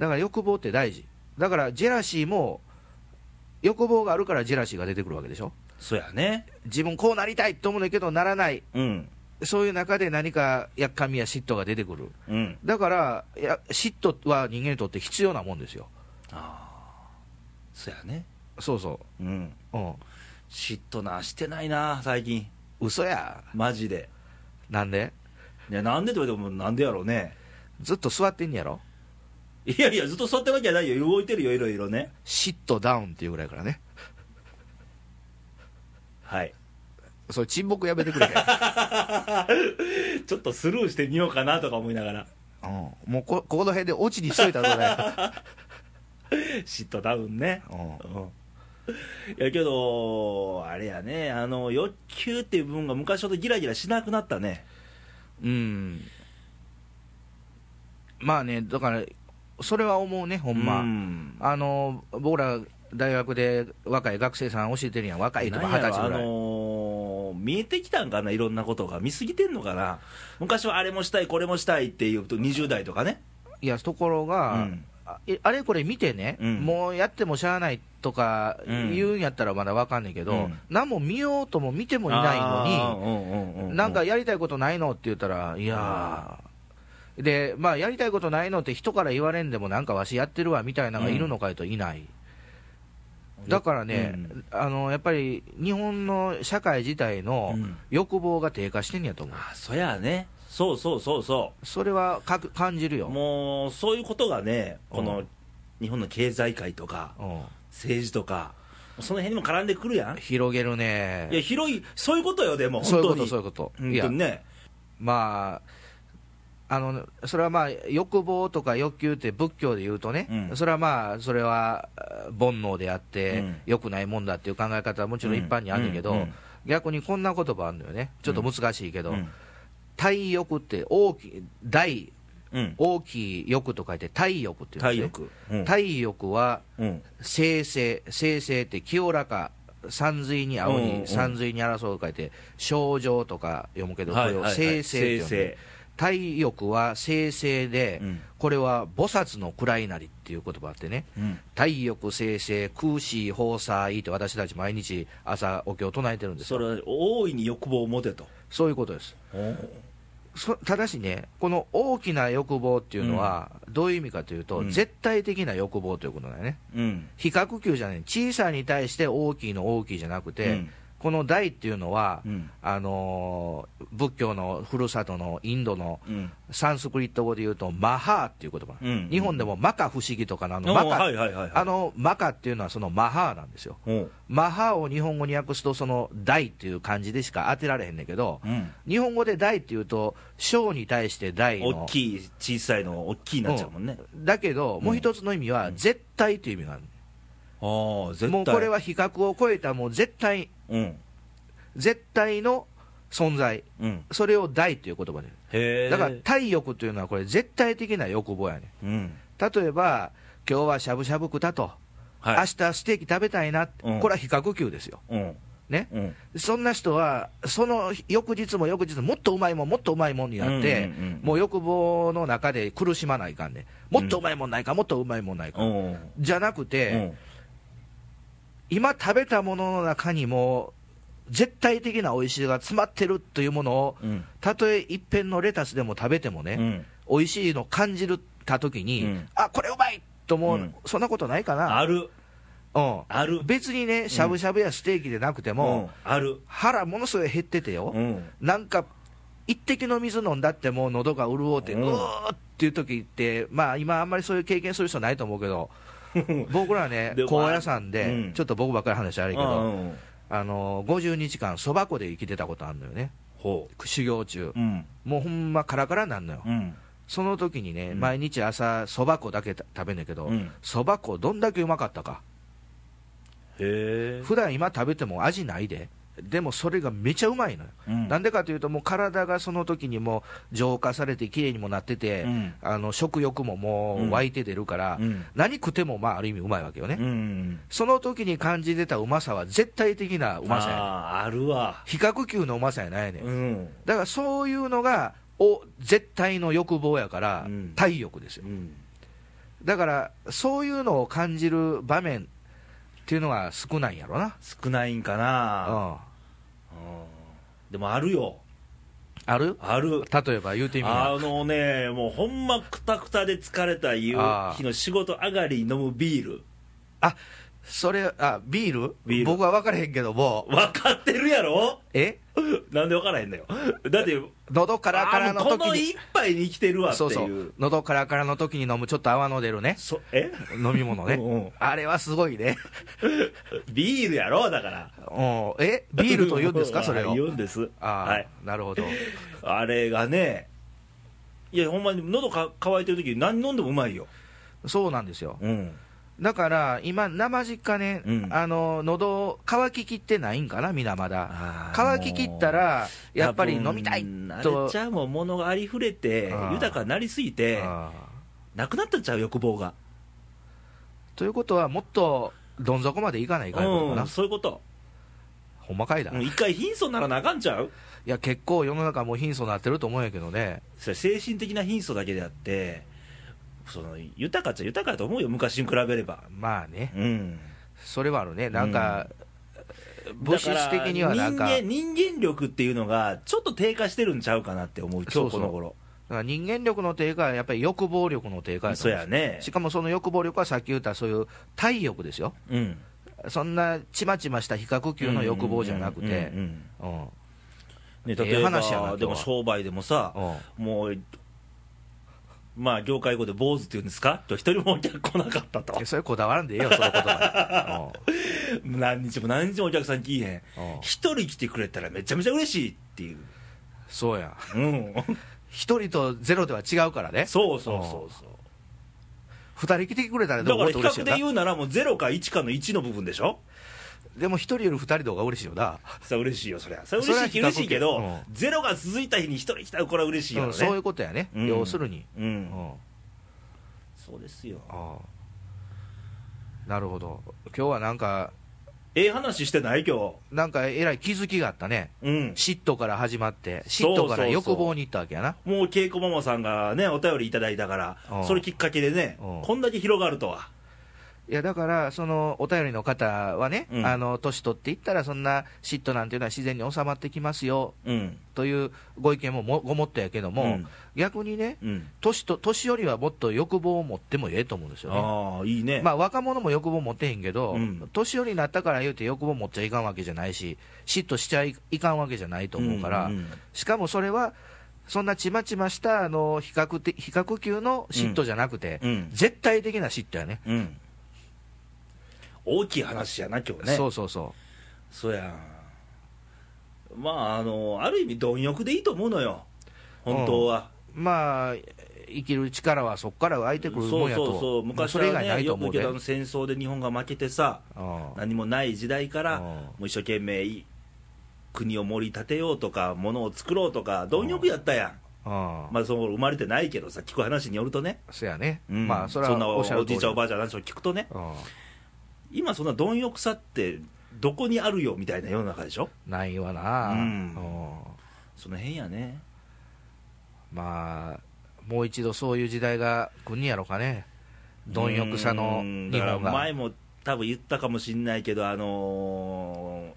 [SPEAKER 2] だから欲望って大事、だからジェラシーも、欲望があるからジェラシーが出てくるわけでしょ、
[SPEAKER 1] そうやね、
[SPEAKER 2] 自分こうなりたいと思うんだけど、ならない、
[SPEAKER 1] うん、
[SPEAKER 2] そういう中で何かやっかみや嫉妬が出てくる、
[SPEAKER 1] うん、
[SPEAKER 2] だからいや嫉妬は人間にとって必要なもんですよ、
[SPEAKER 1] そうやね、
[SPEAKER 2] そうそ
[SPEAKER 1] うん、
[SPEAKER 2] う、うん、
[SPEAKER 1] 嫉妬な、してないな、最近、
[SPEAKER 2] 嘘や、
[SPEAKER 1] マジで。
[SPEAKER 2] なんで、
[SPEAKER 1] いや、なんでと言われても、なんでやろうね。
[SPEAKER 2] ずっと座ってんやろ、
[SPEAKER 1] いやいや、ずっと座ってるわけじゃないよ。動いてるよ、いろいろね。
[SPEAKER 2] 嫉妬ダウンっていうぐらいからね、
[SPEAKER 1] はい。
[SPEAKER 2] それ沈黙やめてくれ、
[SPEAKER 1] ちょっとスルーしてみようかなとか思いながら
[SPEAKER 2] うん、もうこここの辺でオチにしといたらどうだよ、
[SPEAKER 1] 嫉妬ダウンね
[SPEAKER 2] うん
[SPEAKER 1] うんいやけどあれやねあの欲求っていう部分が昔ほどギラギラしなくなったね
[SPEAKER 2] うんまあね、だから、それは思うね、ほんま、
[SPEAKER 1] うん
[SPEAKER 2] あの僕ら大学で若い学生さん教えてるやん、若いと
[SPEAKER 1] な
[SPEAKER 2] か
[SPEAKER 1] ん
[SPEAKER 2] 二十
[SPEAKER 1] や
[SPEAKER 2] 歳
[SPEAKER 1] ろ
[SPEAKER 2] ぐ
[SPEAKER 1] あ
[SPEAKER 2] らい、
[SPEAKER 1] のー見えてきたんかないろんなことが見すぎてんのかな昔はあれもしたいこれもしたいっていうと20代とかね
[SPEAKER 2] いや、ところが、
[SPEAKER 1] うん
[SPEAKER 2] あえあれこれ見てね、
[SPEAKER 1] うん
[SPEAKER 2] もうやってもしゃあないとか
[SPEAKER 1] うん
[SPEAKER 2] 言うんやったらまだわかんねんけど、
[SPEAKER 1] うん
[SPEAKER 2] 何も見ようとも見てもいないの
[SPEAKER 1] の
[SPEAKER 2] に、なんかやりたいことないのって言ったら、いやー。でまあ、やりたいことないのって人から言われんでもなんかわしやってるわみたいなのがいるのかといない、だからね、
[SPEAKER 1] うん
[SPEAKER 2] あのやっぱり日本の社会自体の
[SPEAKER 1] うん
[SPEAKER 2] 欲望が低下してんやと思う、
[SPEAKER 1] あそやねそうそうそうそ
[SPEAKER 2] それはかく感じる
[SPEAKER 1] う
[SPEAKER 2] よ、
[SPEAKER 1] もうそういうことがねこ
[SPEAKER 2] う
[SPEAKER 1] の
[SPEAKER 2] ん
[SPEAKER 1] 日本の経済界とか
[SPEAKER 2] うん
[SPEAKER 1] 政治とかその辺にも絡んでくるやん
[SPEAKER 2] 広げるね
[SPEAKER 1] いや広いそういうことよでも
[SPEAKER 2] そう
[SPEAKER 1] 本
[SPEAKER 2] いう
[SPEAKER 1] 当
[SPEAKER 2] こと
[SPEAKER 1] に
[SPEAKER 2] そういうこと、
[SPEAKER 1] 本
[SPEAKER 2] いや
[SPEAKER 1] 当にね
[SPEAKER 2] まあ、あのそれはまあ欲望とか欲求って仏教で言うとね、
[SPEAKER 1] うん
[SPEAKER 2] それはまあそれはあー煩悩であって、
[SPEAKER 1] うん
[SPEAKER 2] 良くないもんだっていう考え方はもちろん一般にあるんだけど、
[SPEAKER 1] うんうん
[SPEAKER 2] 逆にこんな言葉あるのよね、ちょっと難しいけど、
[SPEAKER 1] うん
[SPEAKER 2] 体欲って大きい大
[SPEAKER 1] うん
[SPEAKER 2] 大きい欲と書いて体欲っていうんです
[SPEAKER 1] 体
[SPEAKER 2] ね、
[SPEAKER 1] 力うん
[SPEAKER 2] 体欲は
[SPEAKER 1] うん
[SPEAKER 2] 清々清々って清らか山水に青
[SPEAKER 1] うんうん
[SPEAKER 2] に山水に争うと書いて症状とか読むけどこ
[SPEAKER 1] は
[SPEAKER 2] れ
[SPEAKER 1] い
[SPEAKER 2] を
[SPEAKER 1] はいはい
[SPEAKER 2] 清々って読
[SPEAKER 1] 清
[SPEAKER 2] んで体欲は清々で
[SPEAKER 1] うん
[SPEAKER 2] これは菩薩の位なりっていう言葉あってね
[SPEAKER 1] うん
[SPEAKER 2] 体欲清々空死法災って私たち毎日朝お経を唱えてるんです
[SPEAKER 1] そ
[SPEAKER 2] よ
[SPEAKER 1] れは大いに欲望を持てと
[SPEAKER 2] そういうことですそただしねこの大きな欲望っていうのはどういう意味かというと
[SPEAKER 1] うん
[SPEAKER 2] 絶対的な欲望ということだよね
[SPEAKER 1] うん
[SPEAKER 2] 比較級じゃない小さいに対して大きいの大きいじゃなくて、
[SPEAKER 1] うん
[SPEAKER 2] この大っていうのは、
[SPEAKER 1] うん
[SPEAKER 2] あのー仏教のふるさとのインドの
[SPEAKER 1] うん
[SPEAKER 2] サンスクリット語で言うとマハーっていう言葉、
[SPEAKER 1] うん
[SPEAKER 2] 日本でも摩訶不思議とかのあの
[SPEAKER 1] お
[SPEAKER 2] 摩
[SPEAKER 1] ー
[SPEAKER 2] 訶、
[SPEAKER 1] はいはいはいはい
[SPEAKER 2] あの摩訶っていうのはそのマハーなんですよ
[SPEAKER 1] おう
[SPEAKER 2] マハーを日本語に訳すとその大っていう漢字でしか当てられへんねんけど、
[SPEAKER 1] うん
[SPEAKER 2] 日本語で大っていうと小に対して大の
[SPEAKER 1] 大きい小さいの大きいになっちゃうもんね
[SPEAKER 2] だけどもう一つの意味は絶対という意味がある、
[SPEAKER 1] ああ絶対
[SPEAKER 2] もうこれは比較を超えたもう絶対
[SPEAKER 1] うん
[SPEAKER 2] 絶対の存在、
[SPEAKER 1] うん
[SPEAKER 2] それを大という言葉で、
[SPEAKER 1] へえ
[SPEAKER 2] だから体欲というのは、これ、絶対的な欲望やね
[SPEAKER 1] うん
[SPEAKER 2] 例えば、今日はしゃぶしゃぶ食ったと、明
[SPEAKER 1] はい
[SPEAKER 2] 日ステーキ食べたいなって、
[SPEAKER 1] うん
[SPEAKER 2] これは比較級ですよ、
[SPEAKER 1] うん
[SPEAKER 2] ね、
[SPEAKER 1] うん
[SPEAKER 2] そんな人は、その翌日も翌日も、もっとうまいもん、もっとうまいもんになって、
[SPEAKER 1] うんうんうん
[SPEAKER 2] もう欲望の中で苦しまないかんね、もっとうまいもんないか、もっとうまいもんないか、
[SPEAKER 1] おう
[SPEAKER 2] じゃなくて、
[SPEAKER 1] うん
[SPEAKER 2] 今食べたものの中にも、絶対的な美味しさが詰まってるというものを、
[SPEAKER 1] うん
[SPEAKER 2] たとえ一片のレタスでも食べても
[SPEAKER 1] う
[SPEAKER 2] ね、
[SPEAKER 1] ん
[SPEAKER 2] 美味しいの感じるたときに、
[SPEAKER 1] うん
[SPEAKER 2] あこれうまいと思う、
[SPEAKER 1] うん
[SPEAKER 2] そんなことないかな、
[SPEAKER 1] ある
[SPEAKER 2] う
[SPEAKER 1] ある
[SPEAKER 2] ん、別にね、しゃぶしゃぶやステーキでなくても、
[SPEAKER 1] うんある
[SPEAKER 2] 腹、ものすごい減っててよ、
[SPEAKER 1] うん
[SPEAKER 2] なんか、一滴の水飲んだって、もう喉が潤うて、
[SPEAKER 1] う
[SPEAKER 2] うんーっていう時って、まあ、今、あんまりそういう経験する人ないと思うけど、僕らね
[SPEAKER 1] で、
[SPEAKER 2] 高野山で、
[SPEAKER 1] うん
[SPEAKER 2] ちょっと僕ばっかり話あるけど、
[SPEAKER 1] うんうん
[SPEAKER 2] あの50日間、そば粉で生きてたことあるのよね、
[SPEAKER 1] ほ
[SPEAKER 2] 修行中、
[SPEAKER 1] ううん
[SPEAKER 2] もうほんま、カラカラになんのよ。
[SPEAKER 1] うん
[SPEAKER 2] その時にね、
[SPEAKER 1] うん
[SPEAKER 2] 毎日朝、そば粉だけた食べんねんけど
[SPEAKER 1] うん、
[SPEAKER 2] そば粉、どんだけうまかったか、
[SPEAKER 1] へえ
[SPEAKER 2] 普段今食べても味ないで、でもそれがめちゃうまいのよ、
[SPEAKER 1] うん
[SPEAKER 2] なんでかというと、もう体がその時にもう浄化されて、綺麗にもなってて、
[SPEAKER 1] うん
[SPEAKER 2] あの食欲ももう湧いて出るから、
[SPEAKER 1] うん
[SPEAKER 2] 何食ってもまあある意味うまいわけよね、
[SPEAKER 1] うん
[SPEAKER 2] その時に感じてたうまさは、絶対的なうまさやねん、
[SPEAKER 1] あーあるわ
[SPEAKER 2] 比較級のうまさやないねん、
[SPEAKER 1] うん
[SPEAKER 2] だからそういうのが、お絶対の欲望やから、
[SPEAKER 1] うん
[SPEAKER 2] 体欲ですよ。
[SPEAKER 1] うん
[SPEAKER 2] だから、そういうのを感じる場面っていうのは少ないんやろな、
[SPEAKER 1] 少ないんか
[SPEAKER 2] う
[SPEAKER 1] な、
[SPEAKER 2] ん、
[SPEAKER 1] うんでもあるよ
[SPEAKER 2] ある
[SPEAKER 1] ある
[SPEAKER 2] 例えば言うてみな
[SPEAKER 1] あのねもうほんまくたくたで疲れた夕
[SPEAKER 2] あー
[SPEAKER 1] 日の仕事上がりに飲むビール
[SPEAKER 2] あそれ、あ、ビール
[SPEAKER 1] ビール
[SPEAKER 2] 僕は分からへんけども、
[SPEAKER 1] 分かってるやろ
[SPEAKER 2] え
[SPEAKER 1] なんで分からへんのよ。だって、
[SPEAKER 2] 喉カラカラの
[SPEAKER 1] あーもうこ
[SPEAKER 2] 時
[SPEAKER 1] の
[SPEAKER 2] に、
[SPEAKER 1] 一杯に生きてるわってい。
[SPEAKER 2] そううそう、喉カラカラの時に飲むちょっと泡の出るね、
[SPEAKER 1] そえ
[SPEAKER 2] 飲み物ね
[SPEAKER 1] うんうん。
[SPEAKER 2] あれはすごいね。
[SPEAKER 1] ビールやろだから。
[SPEAKER 2] うんえビールと言うんですか、それ
[SPEAKER 1] は
[SPEAKER 2] を
[SPEAKER 1] い言。うんです。は
[SPEAKER 2] あ
[SPEAKER 1] い。
[SPEAKER 2] あ、なるほど。
[SPEAKER 1] あれがね、いや、ほんまに喉か渇いてる時何飲んでもうまいよ。
[SPEAKER 2] そうなんですよ。
[SPEAKER 1] うん。
[SPEAKER 2] だから、今、生実家ね
[SPEAKER 1] うん、
[SPEAKER 2] あの、喉、乾ききってないんかな、みんなま
[SPEAKER 1] あ
[SPEAKER 2] だ
[SPEAKER 1] ー。
[SPEAKER 2] 乾ききったら、やっぱり
[SPEAKER 1] 多分
[SPEAKER 2] 飲みたい
[SPEAKER 1] あれ
[SPEAKER 2] と
[SPEAKER 1] ち。ゃうもん物がありふれて
[SPEAKER 2] あー
[SPEAKER 1] 豊かになりすぎて
[SPEAKER 2] ああ
[SPEAKER 1] なくなったんちゃう欲望が
[SPEAKER 2] ということは、もっとどん底までいかないかんのか
[SPEAKER 1] う
[SPEAKER 2] な、
[SPEAKER 1] んそういうこと
[SPEAKER 2] ほんまかいだ、
[SPEAKER 1] うん
[SPEAKER 2] い
[SPEAKER 1] 一回貧相にならなあかんちゃう
[SPEAKER 2] や、結構世の中、もう貧相になってると思うんやけどね、
[SPEAKER 1] それ精神的な貧相だけであってその豊かっちゃ豊かやと思うよ昔に比べれば
[SPEAKER 2] まあね、
[SPEAKER 1] うん
[SPEAKER 2] それはあるね、なんか、物質
[SPEAKER 1] だから
[SPEAKER 2] 的にはなんか、
[SPEAKER 1] 人間人間力っていうのがちょっと低下してるんちゃうかなって思う今
[SPEAKER 2] そう
[SPEAKER 1] 日
[SPEAKER 2] そ
[SPEAKER 1] こ
[SPEAKER 2] う
[SPEAKER 1] の頃
[SPEAKER 2] なんか人間力の低下はやっぱり欲望力の低下やと
[SPEAKER 1] そう
[SPEAKER 2] 思う
[SPEAKER 1] やね
[SPEAKER 2] しかもその欲望力はさっき言った、そういう体欲ですよ、
[SPEAKER 1] うん
[SPEAKER 2] そんなちまちました比較級の欲望じゃなくて
[SPEAKER 1] うんうんう、ん
[SPEAKER 2] うん
[SPEAKER 1] ね
[SPEAKER 2] ええ
[SPEAKER 1] 例えば
[SPEAKER 2] 話やな今日は
[SPEAKER 1] でも商売でもさ
[SPEAKER 2] うん
[SPEAKER 1] もう、まあ、業界語で坊主っていうんですか、と一人もお客来なかったと
[SPEAKER 2] え、それこだわらんでえ えよ、その言葉
[SPEAKER 1] 何日も何日もお客さん来いへん
[SPEAKER 2] うん、
[SPEAKER 1] 一人来てくれたらめちゃめちゃ嬉しいっていう、
[SPEAKER 2] そうや、
[SPEAKER 1] うん、
[SPEAKER 2] 一人とゼロでは違うからね。
[SPEAKER 1] そうそうそうそう、
[SPEAKER 2] 二人来てくれたらで
[SPEAKER 1] だ
[SPEAKER 2] も
[SPEAKER 1] から
[SPEAKER 2] もっ
[SPEAKER 1] 比
[SPEAKER 2] と嬉し
[SPEAKER 1] 較
[SPEAKER 2] いよ
[SPEAKER 1] で
[SPEAKER 2] な
[SPEAKER 1] 言うなら、もう0か1かの1の部分でしょ、
[SPEAKER 2] でも一人より二人の方が嬉しいよな、
[SPEAKER 1] さあ嬉しいよ、そりゃ、それは嬉しい
[SPEAKER 2] それは
[SPEAKER 1] 嬉しいけど、
[SPEAKER 2] 比較
[SPEAKER 1] ゼロが続いた日に一人来たら、これは嬉しいよ
[SPEAKER 2] うん
[SPEAKER 1] ね、
[SPEAKER 2] そういうことやね、
[SPEAKER 1] うん
[SPEAKER 2] 要するに、
[SPEAKER 1] うん
[SPEAKER 2] うん
[SPEAKER 1] そうですよ、
[SPEAKER 2] ああなるほど今日はなんか
[SPEAKER 1] ええ話してない、今日
[SPEAKER 2] なんかえらい気づきがあったね
[SPEAKER 1] うん
[SPEAKER 2] 嫉妬から始まって
[SPEAKER 1] そ
[SPEAKER 2] 嫉
[SPEAKER 1] うそうそう
[SPEAKER 2] 妬から欲望に行ったわけやな
[SPEAKER 1] もう稽古ママさんがね、お便りいただいたから
[SPEAKER 2] う、ん
[SPEAKER 1] それきっかけでね、
[SPEAKER 2] うん
[SPEAKER 1] こんだけ広がるとは。
[SPEAKER 2] いやだからそのお便りの方はね、
[SPEAKER 1] うん
[SPEAKER 2] あの年取っていったらそんな嫉妬なんていうのは自然に収まってきますよ
[SPEAKER 1] うん。
[SPEAKER 2] というご意見ももごもっとやけども、
[SPEAKER 1] うん
[SPEAKER 2] 逆にね
[SPEAKER 1] うん。
[SPEAKER 2] 年と年よりはもっと欲望を持ってもええと思うんですよね
[SPEAKER 1] ああ、いいね。
[SPEAKER 2] まあ、若者も欲望持ってへんけど、
[SPEAKER 1] うん
[SPEAKER 2] 年寄りになったから言うて欲望持っちゃいかんわけじゃないし、嫉妬しちゃいいかんわけじゃないと思うから、
[SPEAKER 1] んん
[SPEAKER 2] しかもそれは、そんなちまちましたあの比較的比較級の嫉妬じゃなくて、
[SPEAKER 1] うん
[SPEAKER 2] 絶対的な嫉妬やね
[SPEAKER 1] うん。大きい話やな、今日ね。
[SPEAKER 2] そうそうそ
[SPEAKER 1] そうやん。まあ、あの、ある意味、貪欲でいいと思うのよ。本当は。
[SPEAKER 2] う、まあ、生きる力はそこから湧いてくる
[SPEAKER 1] そ
[SPEAKER 2] も
[SPEAKER 1] うん
[SPEAKER 2] や
[SPEAKER 1] そ
[SPEAKER 2] と、
[SPEAKER 1] うそう。昔
[SPEAKER 2] それ以
[SPEAKER 1] は
[SPEAKER 2] 外な
[SPEAKER 1] ね、
[SPEAKER 2] いと
[SPEAKER 1] よ
[SPEAKER 2] 思
[SPEAKER 1] く
[SPEAKER 2] う
[SPEAKER 1] け
[SPEAKER 2] で、
[SPEAKER 1] どあの戦争で日本が負けてさ、
[SPEAKER 2] うん
[SPEAKER 1] 何もない時代から、
[SPEAKER 2] うん
[SPEAKER 1] もう一生懸命い国を盛り立てようとか、物を作ろうとか、貪欲やったやん。
[SPEAKER 2] うん
[SPEAKER 1] まあ、その生まれてないけどさ、聞く話によるとね、
[SPEAKER 2] そやね、
[SPEAKER 1] うん
[SPEAKER 2] まあ、それ
[SPEAKER 1] んな
[SPEAKER 2] は
[SPEAKER 1] お
[SPEAKER 2] おっしゃる通
[SPEAKER 1] じ
[SPEAKER 2] り
[SPEAKER 1] いちゃん、おばあちゃんの話を聞くとね、
[SPEAKER 2] う
[SPEAKER 1] 今、そんな貪欲さって、どこにあるよみたいな世の中でしょ、
[SPEAKER 2] んないわな、
[SPEAKER 1] うん
[SPEAKER 2] うん
[SPEAKER 1] その辺やね、
[SPEAKER 2] まあ、もう一度そういう時代が来んねやろかね、貪欲さの
[SPEAKER 1] うん
[SPEAKER 2] 日
[SPEAKER 1] だから
[SPEAKER 2] 本が
[SPEAKER 1] 前。も多分言ったかもしんないけど、あの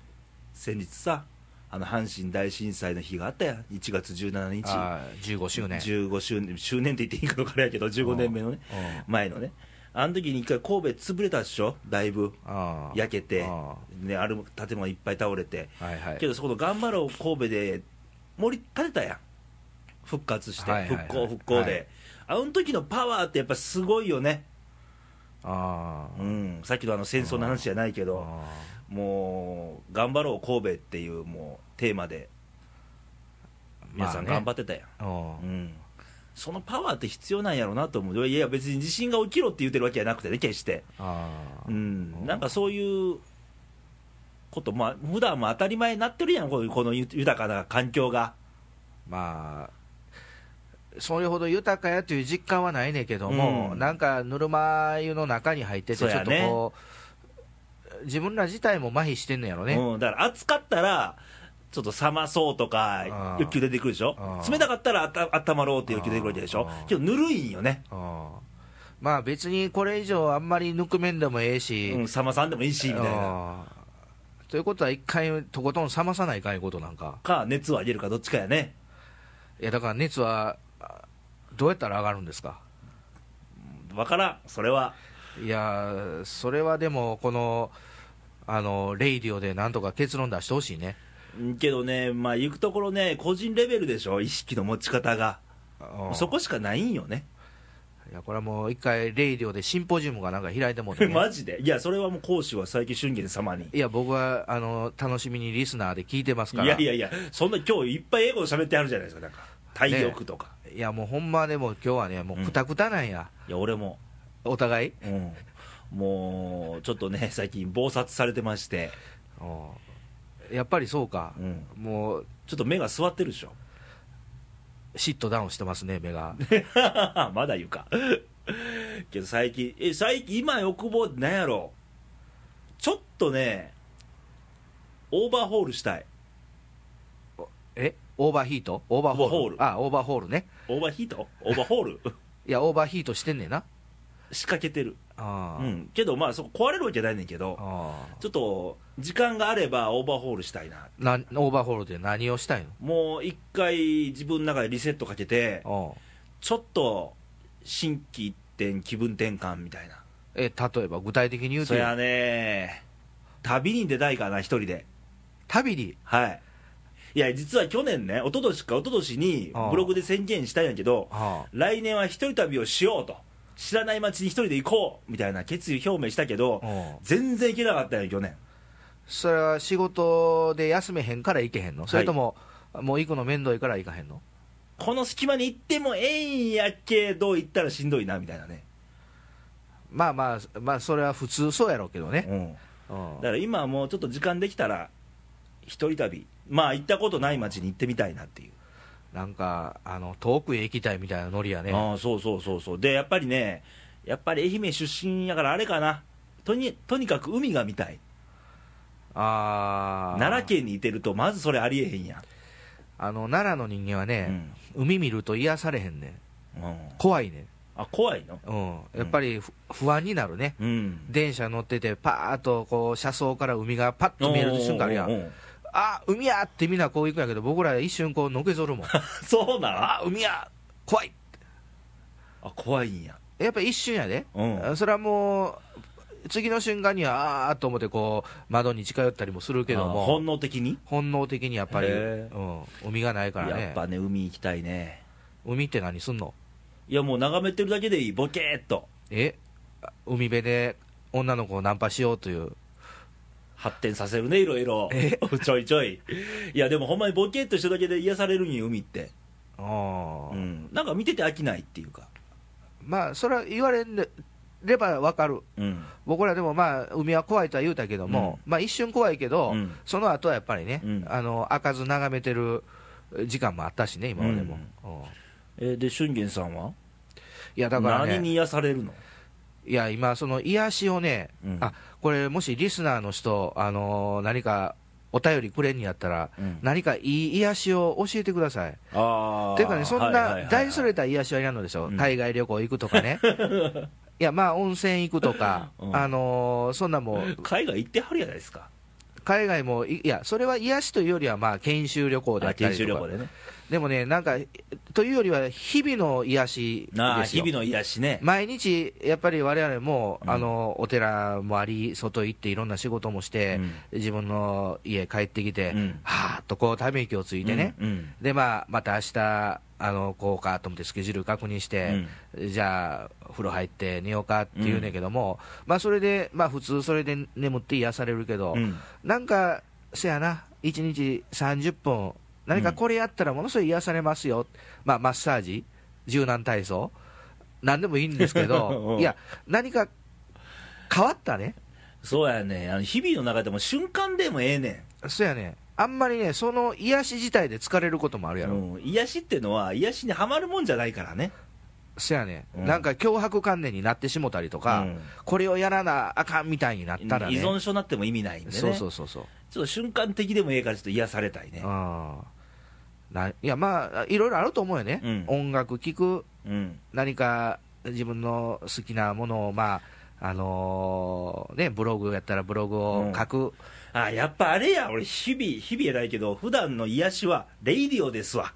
[SPEAKER 1] ー先日さ、あの阪神大震災の日があったやん、1月17日、
[SPEAKER 2] あー15周年。
[SPEAKER 1] 15周年、周年って言っていいかどうかあれやけど、15年目のね、
[SPEAKER 2] うん
[SPEAKER 1] 前のね、あの時に一回、神戸潰れたでしょ、だいぶ。
[SPEAKER 2] あー
[SPEAKER 1] 焼けて
[SPEAKER 2] あ、
[SPEAKER 1] ね、ある建物いっぱい倒れて、
[SPEAKER 2] ーはいはい。
[SPEAKER 1] けどそこの頑張ろう神戸で盛り立てたやん復活して、
[SPEAKER 2] はいはいはい
[SPEAKER 1] 復興復興で、
[SPEAKER 2] は
[SPEAKER 1] あ
[SPEAKER 2] い
[SPEAKER 1] の時のパワーってやっぱすごいよね、
[SPEAKER 2] あー
[SPEAKER 1] うん、さっきのあの戦争の話じゃないけど
[SPEAKER 2] あ
[SPEAKER 1] もう頑張ろう神戸っていうもうテーマで
[SPEAKER 2] ー
[SPEAKER 1] 皆さん
[SPEAKER 2] まあね
[SPEAKER 1] 頑張ってたやん、
[SPEAKER 2] うん
[SPEAKER 1] うん、そのパワーって必要なんやろうなと思ういや別に地震が起きろって言ってるわけじゃなくてね決して、
[SPEAKER 2] あ
[SPEAKER 1] う
[SPEAKER 2] ー
[SPEAKER 1] ん、なんかそういうことまあ普段も当たり前になってるやんこういうこの豊かな環境が
[SPEAKER 2] まあ、それほど豊かやという実感はないねんけども、
[SPEAKER 1] うん
[SPEAKER 2] なんかぬるま湯の中に入ってて、ち
[SPEAKER 1] そ
[SPEAKER 2] ょ
[SPEAKER 1] うや
[SPEAKER 2] っと
[SPEAKER 1] ね
[SPEAKER 2] こう、自分ら自体も麻痺してんのやろね。
[SPEAKER 1] うん、だから暑かったら、ちょっと冷まそうとか
[SPEAKER 2] あ、ー
[SPEAKER 1] 欲求出てくるでしょ
[SPEAKER 2] あ、ー
[SPEAKER 1] 冷たかったらあた温まろうって欲求出てくるわけでしょ
[SPEAKER 2] あー、
[SPEAKER 1] けどぬるいんよね、
[SPEAKER 2] ああまあ別にこれ以上あんまりぬくめんでもええし、
[SPEAKER 1] うん、冷まさんでもいいしみたいな、
[SPEAKER 2] ああということは一回とことん冷まさないかんいうことなんか
[SPEAKER 1] か、熱を上げるかどっちかやね、
[SPEAKER 2] いやだから熱はあどうやったら上がるんですか
[SPEAKER 1] わからん、それは、
[SPEAKER 2] いやーそれはでも、この、あの、レイディオでなんとか結論出してほしいね。
[SPEAKER 1] うんけどね、まあ、行くところね、個人レベルでしょ、意識の持ち方が、
[SPEAKER 2] うん
[SPEAKER 1] そこしかないんよね、
[SPEAKER 2] いや、これはもう一回、レイディオでシンポジウムがなんか開いてもうて ね
[SPEAKER 1] マジで、いや、それはもう講師は佐伯俊元様に、
[SPEAKER 2] いや、僕は、あの、楽しみにリスナーで聞いてます
[SPEAKER 1] い
[SPEAKER 2] から。
[SPEAKER 1] やいやいや、そんな今日いっぱい英語喋ってあるじゃないですか、なんか、体力とか、
[SPEAKER 2] いやもうほんまでもう今日はね、もうくたくたなんや、
[SPEAKER 1] いや、俺も、
[SPEAKER 2] お互い。
[SPEAKER 1] うん、もうちょっとね、 最近、忙殺されてまして、
[SPEAKER 2] うんやっぱりそうか、
[SPEAKER 1] うん
[SPEAKER 2] もう、
[SPEAKER 1] ちょっと目が座ってるでしょ、
[SPEAKER 2] シットダウンしてますね、目が。
[SPEAKER 1] まだ言うか、けど最近、え、最近、今、欲望、なんやろ、ちょっとね、オーバーホールしたい、
[SPEAKER 2] えオーバーヒートオーバーホール
[SPEAKER 1] オーバーホール
[SPEAKER 2] あ、オーバーホールね。
[SPEAKER 1] オーバーヒート、オーバーホール。
[SPEAKER 2] いや、オーバーヒートしてんねんな。
[SPEAKER 1] 仕掛けてる、
[SPEAKER 2] あ
[SPEAKER 1] う
[SPEAKER 2] ー
[SPEAKER 1] ん、けどまあそこ壊れるわけじゃないねんけど
[SPEAKER 2] あ
[SPEAKER 1] ちょっと時間があればオーバーホールしたいな
[SPEAKER 2] ーなオーバーホールで何をしたい
[SPEAKER 1] もう一回自分の中でリセットかけて
[SPEAKER 2] の
[SPEAKER 1] ちょっと心機一転気分転換みたいな
[SPEAKER 2] うんえ例えば具体的に言うと
[SPEAKER 1] そやね旅に出たいかな一人で
[SPEAKER 2] 旅に
[SPEAKER 1] はいいや実は去年ね一昨年か一昨年に
[SPEAKER 2] ああ
[SPEAKER 1] ブログで宣言したんやけど
[SPEAKER 2] あ
[SPEAKER 1] 来年は一人旅をしようと知らない街に一人で行こうみたいな決意表明したけど
[SPEAKER 2] あうん
[SPEAKER 1] 全然行けなかったんよ去年
[SPEAKER 2] それは仕事で休めへんから行けへんの、それとももう行くの面倒いから行かへんの
[SPEAKER 1] この隙間に行ってもええんやけど行ったらしんどいなみたいなね、
[SPEAKER 2] まあまあまあそれは普通そうやろうけどね、
[SPEAKER 1] うん、
[SPEAKER 2] うん
[SPEAKER 1] だから今はもうちょっと時間できたら一人旅まあ行ったことない街に行ってみたいなっていう、
[SPEAKER 2] なんかあの遠くへ行きたいみたいなノリやね
[SPEAKER 1] ああそうそうそうそうでやっぱりねやっぱり愛媛出身やからあれかなとにとにかく海が見たい
[SPEAKER 2] あー
[SPEAKER 1] 奈良県にいてるとまずそれありえへんやん、
[SPEAKER 2] あの奈良の人間はね、海見ると癒されへんね
[SPEAKER 1] うんうん
[SPEAKER 2] 怖いね
[SPEAKER 1] あ怖いの
[SPEAKER 2] うんやっぱりふ不安になるね
[SPEAKER 1] うん
[SPEAKER 2] 電車乗っててパーッとこう車窓から海がパッと見える瞬間あるや
[SPEAKER 1] おうおうんおうおう
[SPEAKER 2] あ海やってみんなこう行くんやけど僕ら一瞬こうのけぞるもん
[SPEAKER 1] そう なんあ
[SPEAKER 2] あ海や怖い
[SPEAKER 1] 怖いんや
[SPEAKER 2] やっぱ一瞬やで、
[SPEAKER 1] うん
[SPEAKER 2] あそれはもう次の瞬間にはああーと思ってこう窓に近寄ったりもするけ
[SPEAKER 1] あ
[SPEAKER 2] ど
[SPEAKER 1] あ
[SPEAKER 2] も
[SPEAKER 1] 本能的に、
[SPEAKER 2] 本能的にやっぱり、
[SPEAKER 1] へ
[SPEAKER 2] う
[SPEAKER 1] え
[SPEAKER 2] ん、海がないから
[SPEAKER 1] やっ
[SPEAKER 2] ね
[SPEAKER 1] ぱね海行きたいね
[SPEAKER 2] 海って何すんの
[SPEAKER 1] いやもう眺めてるだけでいい、ボケーっと、
[SPEAKER 2] えあ海辺で女の子をナンパしようという
[SPEAKER 1] 発展させるね、いろいろ、 ちょいちょい、いや、でもほんまにボケーっとしただけで癒されるんよ、海って、
[SPEAKER 2] あー、
[SPEAKER 1] うん、なんか見てて飽きないっていうか、
[SPEAKER 2] まあそれは言われんでればわかる
[SPEAKER 1] うん、
[SPEAKER 2] 僕らでもまあ海は怖いとは言うたけども、まあ一瞬怖いけど、
[SPEAKER 1] うん
[SPEAKER 2] その後はやっぱりね、
[SPEAKER 1] うん
[SPEAKER 2] あの開かず眺めてる時間もあったしね今までも、うん
[SPEAKER 1] えーで、俊元さんはい
[SPEAKER 2] やだから
[SPEAKER 1] 何
[SPEAKER 2] ね
[SPEAKER 1] に癒されるの、
[SPEAKER 2] いや今その癒しをね、
[SPEAKER 1] うん
[SPEAKER 2] あこれもしリスナーの人あのー何かお便りくれんにやったら、
[SPEAKER 1] うん
[SPEAKER 2] 何かいい癒しを教えてください
[SPEAKER 1] あー
[SPEAKER 2] ていうかね、そん
[SPEAKER 1] はいはいはい
[SPEAKER 2] な
[SPEAKER 1] はい
[SPEAKER 2] 大それた癒しはいらんのでしょ、
[SPEAKER 1] うん
[SPEAKER 2] 海外旅行行くと かね、いや、まあ、温泉行くとか、
[SPEAKER 1] うん
[SPEAKER 2] あのーそんなもう、
[SPEAKER 1] 海外行ってはるやないですか、
[SPEAKER 2] 海外もい、いや、それは癒しというよりは、まあ、研修旅行であ
[SPEAKER 1] あ
[SPEAKER 2] った
[SPEAKER 1] 研
[SPEAKER 2] りと
[SPEAKER 1] 修
[SPEAKER 2] か、
[SPEAKER 1] 旅行でね、
[SPEAKER 2] でもね、なんか、というよりは、日々の癒し
[SPEAKER 1] あー
[SPEAKER 2] です
[SPEAKER 1] 日
[SPEAKER 2] よ
[SPEAKER 1] 々。の癒しね、
[SPEAKER 2] 毎日、やっぱり我々も、
[SPEAKER 1] うん
[SPEAKER 2] あのお寺もあり、外行って、いろんな仕事もして、
[SPEAKER 1] うん
[SPEAKER 2] 自分の家帰ってきて、
[SPEAKER 1] うん
[SPEAKER 2] はーっとこう、ため息をついてね、
[SPEAKER 1] うんうん
[SPEAKER 2] で、まあ、また明日あのこうかと思ってスケジュール確認して、じゃあ、風呂入って寝ようかって言うねんけども、まあ、それで、まあ、普通、それで眠って癒されるけど、
[SPEAKER 1] うん
[SPEAKER 2] なんか、せやな、1日30分、何かこれやったらものすごい癒されますよ、まあ、マッサージ、柔軟体操、なんでもいいんですけ
[SPEAKER 1] う
[SPEAKER 2] ど、
[SPEAKER 1] ん
[SPEAKER 2] いや、何か変わったね、
[SPEAKER 1] そうやね、あの日々の中でも瞬間でもええねん。
[SPEAKER 2] そやね、あんまりね、その癒し自体で疲れることもあるやろ。
[SPEAKER 1] うん、癒しってのは癒しにはまるもんじゃないからね
[SPEAKER 2] そやね、
[SPEAKER 1] うん
[SPEAKER 2] なんか脅迫観念になってしもたりとか、
[SPEAKER 1] うん
[SPEAKER 2] これをやらなあかんみたいになったらね、
[SPEAKER 1] 依存症になっても意味ないんでね
[SPEAKER 2] そうそうそうそう、
[SPEAKER 1] ちょっと瞬間的でもええからちょっと癒されたいね
[SPEAKER 2] あーないや、まあ、いろいろあると思うよね、
[SPEAKER 1] うん
[SPEAKER 2] 音楽聴く、
[SPEAKER 1] うん
[SPEAKER 2] 何か自分の好きなものを、まああのーね、ブログやったらブログを書く、
[SPEAKER 1] あやっぱあれや俺日々日々偉いけど普段の癒しはレイディオですわ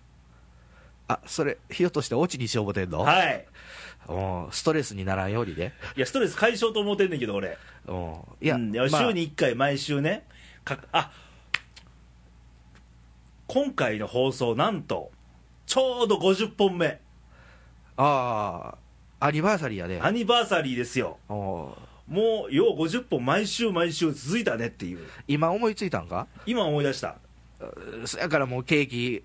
[SPEAKER 2] あそれ、ひよとしてオチにしよう思てんの
[SPEAKER 1] はい
[SPEAKER 2] うんストレスにならんよりね、
[SPEAKER 1] いや、ストレス解消と思ってんねんけど、俺。
[SPEAKER 2] うんいや、
[SPEAKER 1] うん
[SPEAKER 2] まあ
[SPEAKER 1] 週に1回、毎週ね、かあ今回の放送、なんと、ちょうど50本目、
[SPEAKER 2] ああ、アニバーサリーやね、
[SPEAKER 1] アニバーサリーですよ、
[SPEAKER 2] うん
[SPEAKER 1] もうよう50本、毎週毎週続いたねっていう、
[SPEAKER 2] 今思いついたんか、
[SPEAKER 1] 今思い出した、
[SPEAKER 2] そやからもうケーキ、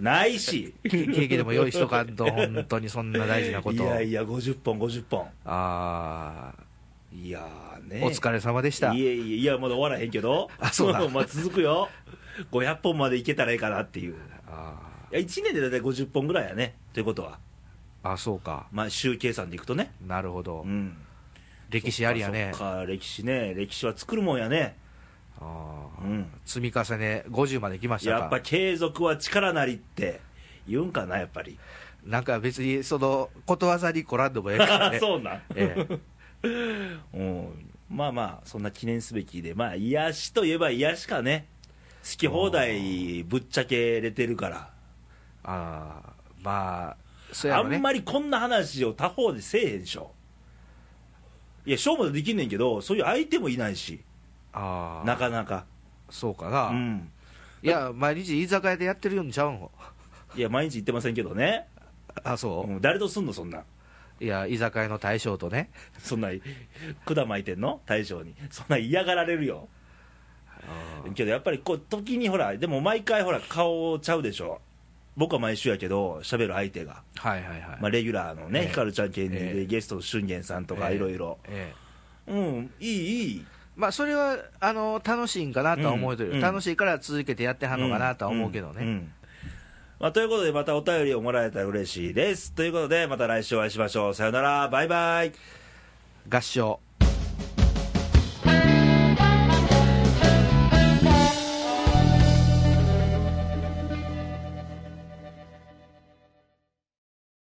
[SPEAKER 1] ないし、
[SPEAKER 2] ケケーキでも用意しとかん と、本当にそんな 大事なこ
[SPEAKER 1] い
[SPEAKER 2] と、
[SPEAKER 1] やいや、50本、50本、
[SPEAKER 2] あ
[SPEAKER 1] いやー
[SPEAKER 2] あ、
[SPEAKER 1] ね、
[SPEAKER 2] お疲れ様でした。
[SPEAKER 1] いえいえ、いや、まだ終わらへんけど、
[SPEAKER 2] あそうだ
[SPEAKER 1] まあ続くよ、500本までいけたらいいかなっていう、い
[SPEAKER 2] あ
[SPEAKER 1] や1年で大体50本ぐらいやね、ということは、
[SPEAKER 2] ーあ、そうか、
[SPEAKER 1] まあ、週計算でいくとね。
[SPEAKER 2] なるほど、
[SPEAKER 1] うん
[SPEAKER 2] 歴史ありやね
[SPEAKER 1] そっ、か歴史ね歴史は作るもんやね
[SPEAKER 2] あー
[SPEAKER 1] うん
[SPEAKER 2] 積み重ね50まで来ましたか。
[SPEAKER 1] やっぱ継続は力なりって言うんかなやっぱり、。
[SPEAKER 2] なんか別にそのことわざにこらんでもええからね
[SPEAKER 1] そうなん、
[SPEAKER 2] ええ
[SPEAKER 1] うん、まあまあそんな記念すべきでまあ癒しといえば癒しかね好き放題ぶっちゃけれてるから、
[SPEAKER 2] ああまあそうや
[SPEAKER 1] あ
[SPEAKER 2] ろね
[SPEAKER 1] んまりこんな話を他方でせえへんでしょいや勝負できんねんけどそういう相手もいないし
[SPEAKER 2] ああ
[SPEAKER 1] なかなか
[SPEAKER 2] そうかな、
[SPEAKER 1] うん
[SPEAKER 2] いや毎日居酒屋でやってるようにちゃうんよ
[SPEAKER 1] いや毎日言ってませんけどね、
[SPEAKER 2] あそうう、
[SPEAKER 1] ん、誰とすんのそんなん
[SPEAKER 2] いや居酒屋の大将とね
[SPEAKER 1] そんな、管巻いてんの大将に。そんな嫌がられるよ。けどやっぱりこう、時にほら、でも毎回ほら、顔ちゃうでしょ。僕は毎週やけど、喋る相手が。
[SPEAKER 2] はいはいはい、
[SPEAKER 1] まあ、レギュラーのね、
[SPEAKER 2] ええ
[SPEAKER 1] ひかるちゃん系
[SPEAKER 2] え
[SPEAKER 1] で、
[SPEAKER 2] え
[SPEAKER 1] ゲストの俊玄さんとか、
[SPEAKER 2] ええ
[SPEAKER 1] いろいろ。
[SPEAKER 2] ええ
[SPEAKER 1] うん、いい、いい。
[SPEAKER 2] まあそれはあの楽しいんかなとは思うという、
[SPEAKER 1] うん
[SPEAKER 2] 楽しいから続けてやってはんのかなとは思うけどね、
[SPEAKER 1] んんまあ、ということで、またお便りをもらえたら嬉しいです。ということで、また来週お会いしましょう。さよなら、バイバイ。
[SPEAKER 2] 合唱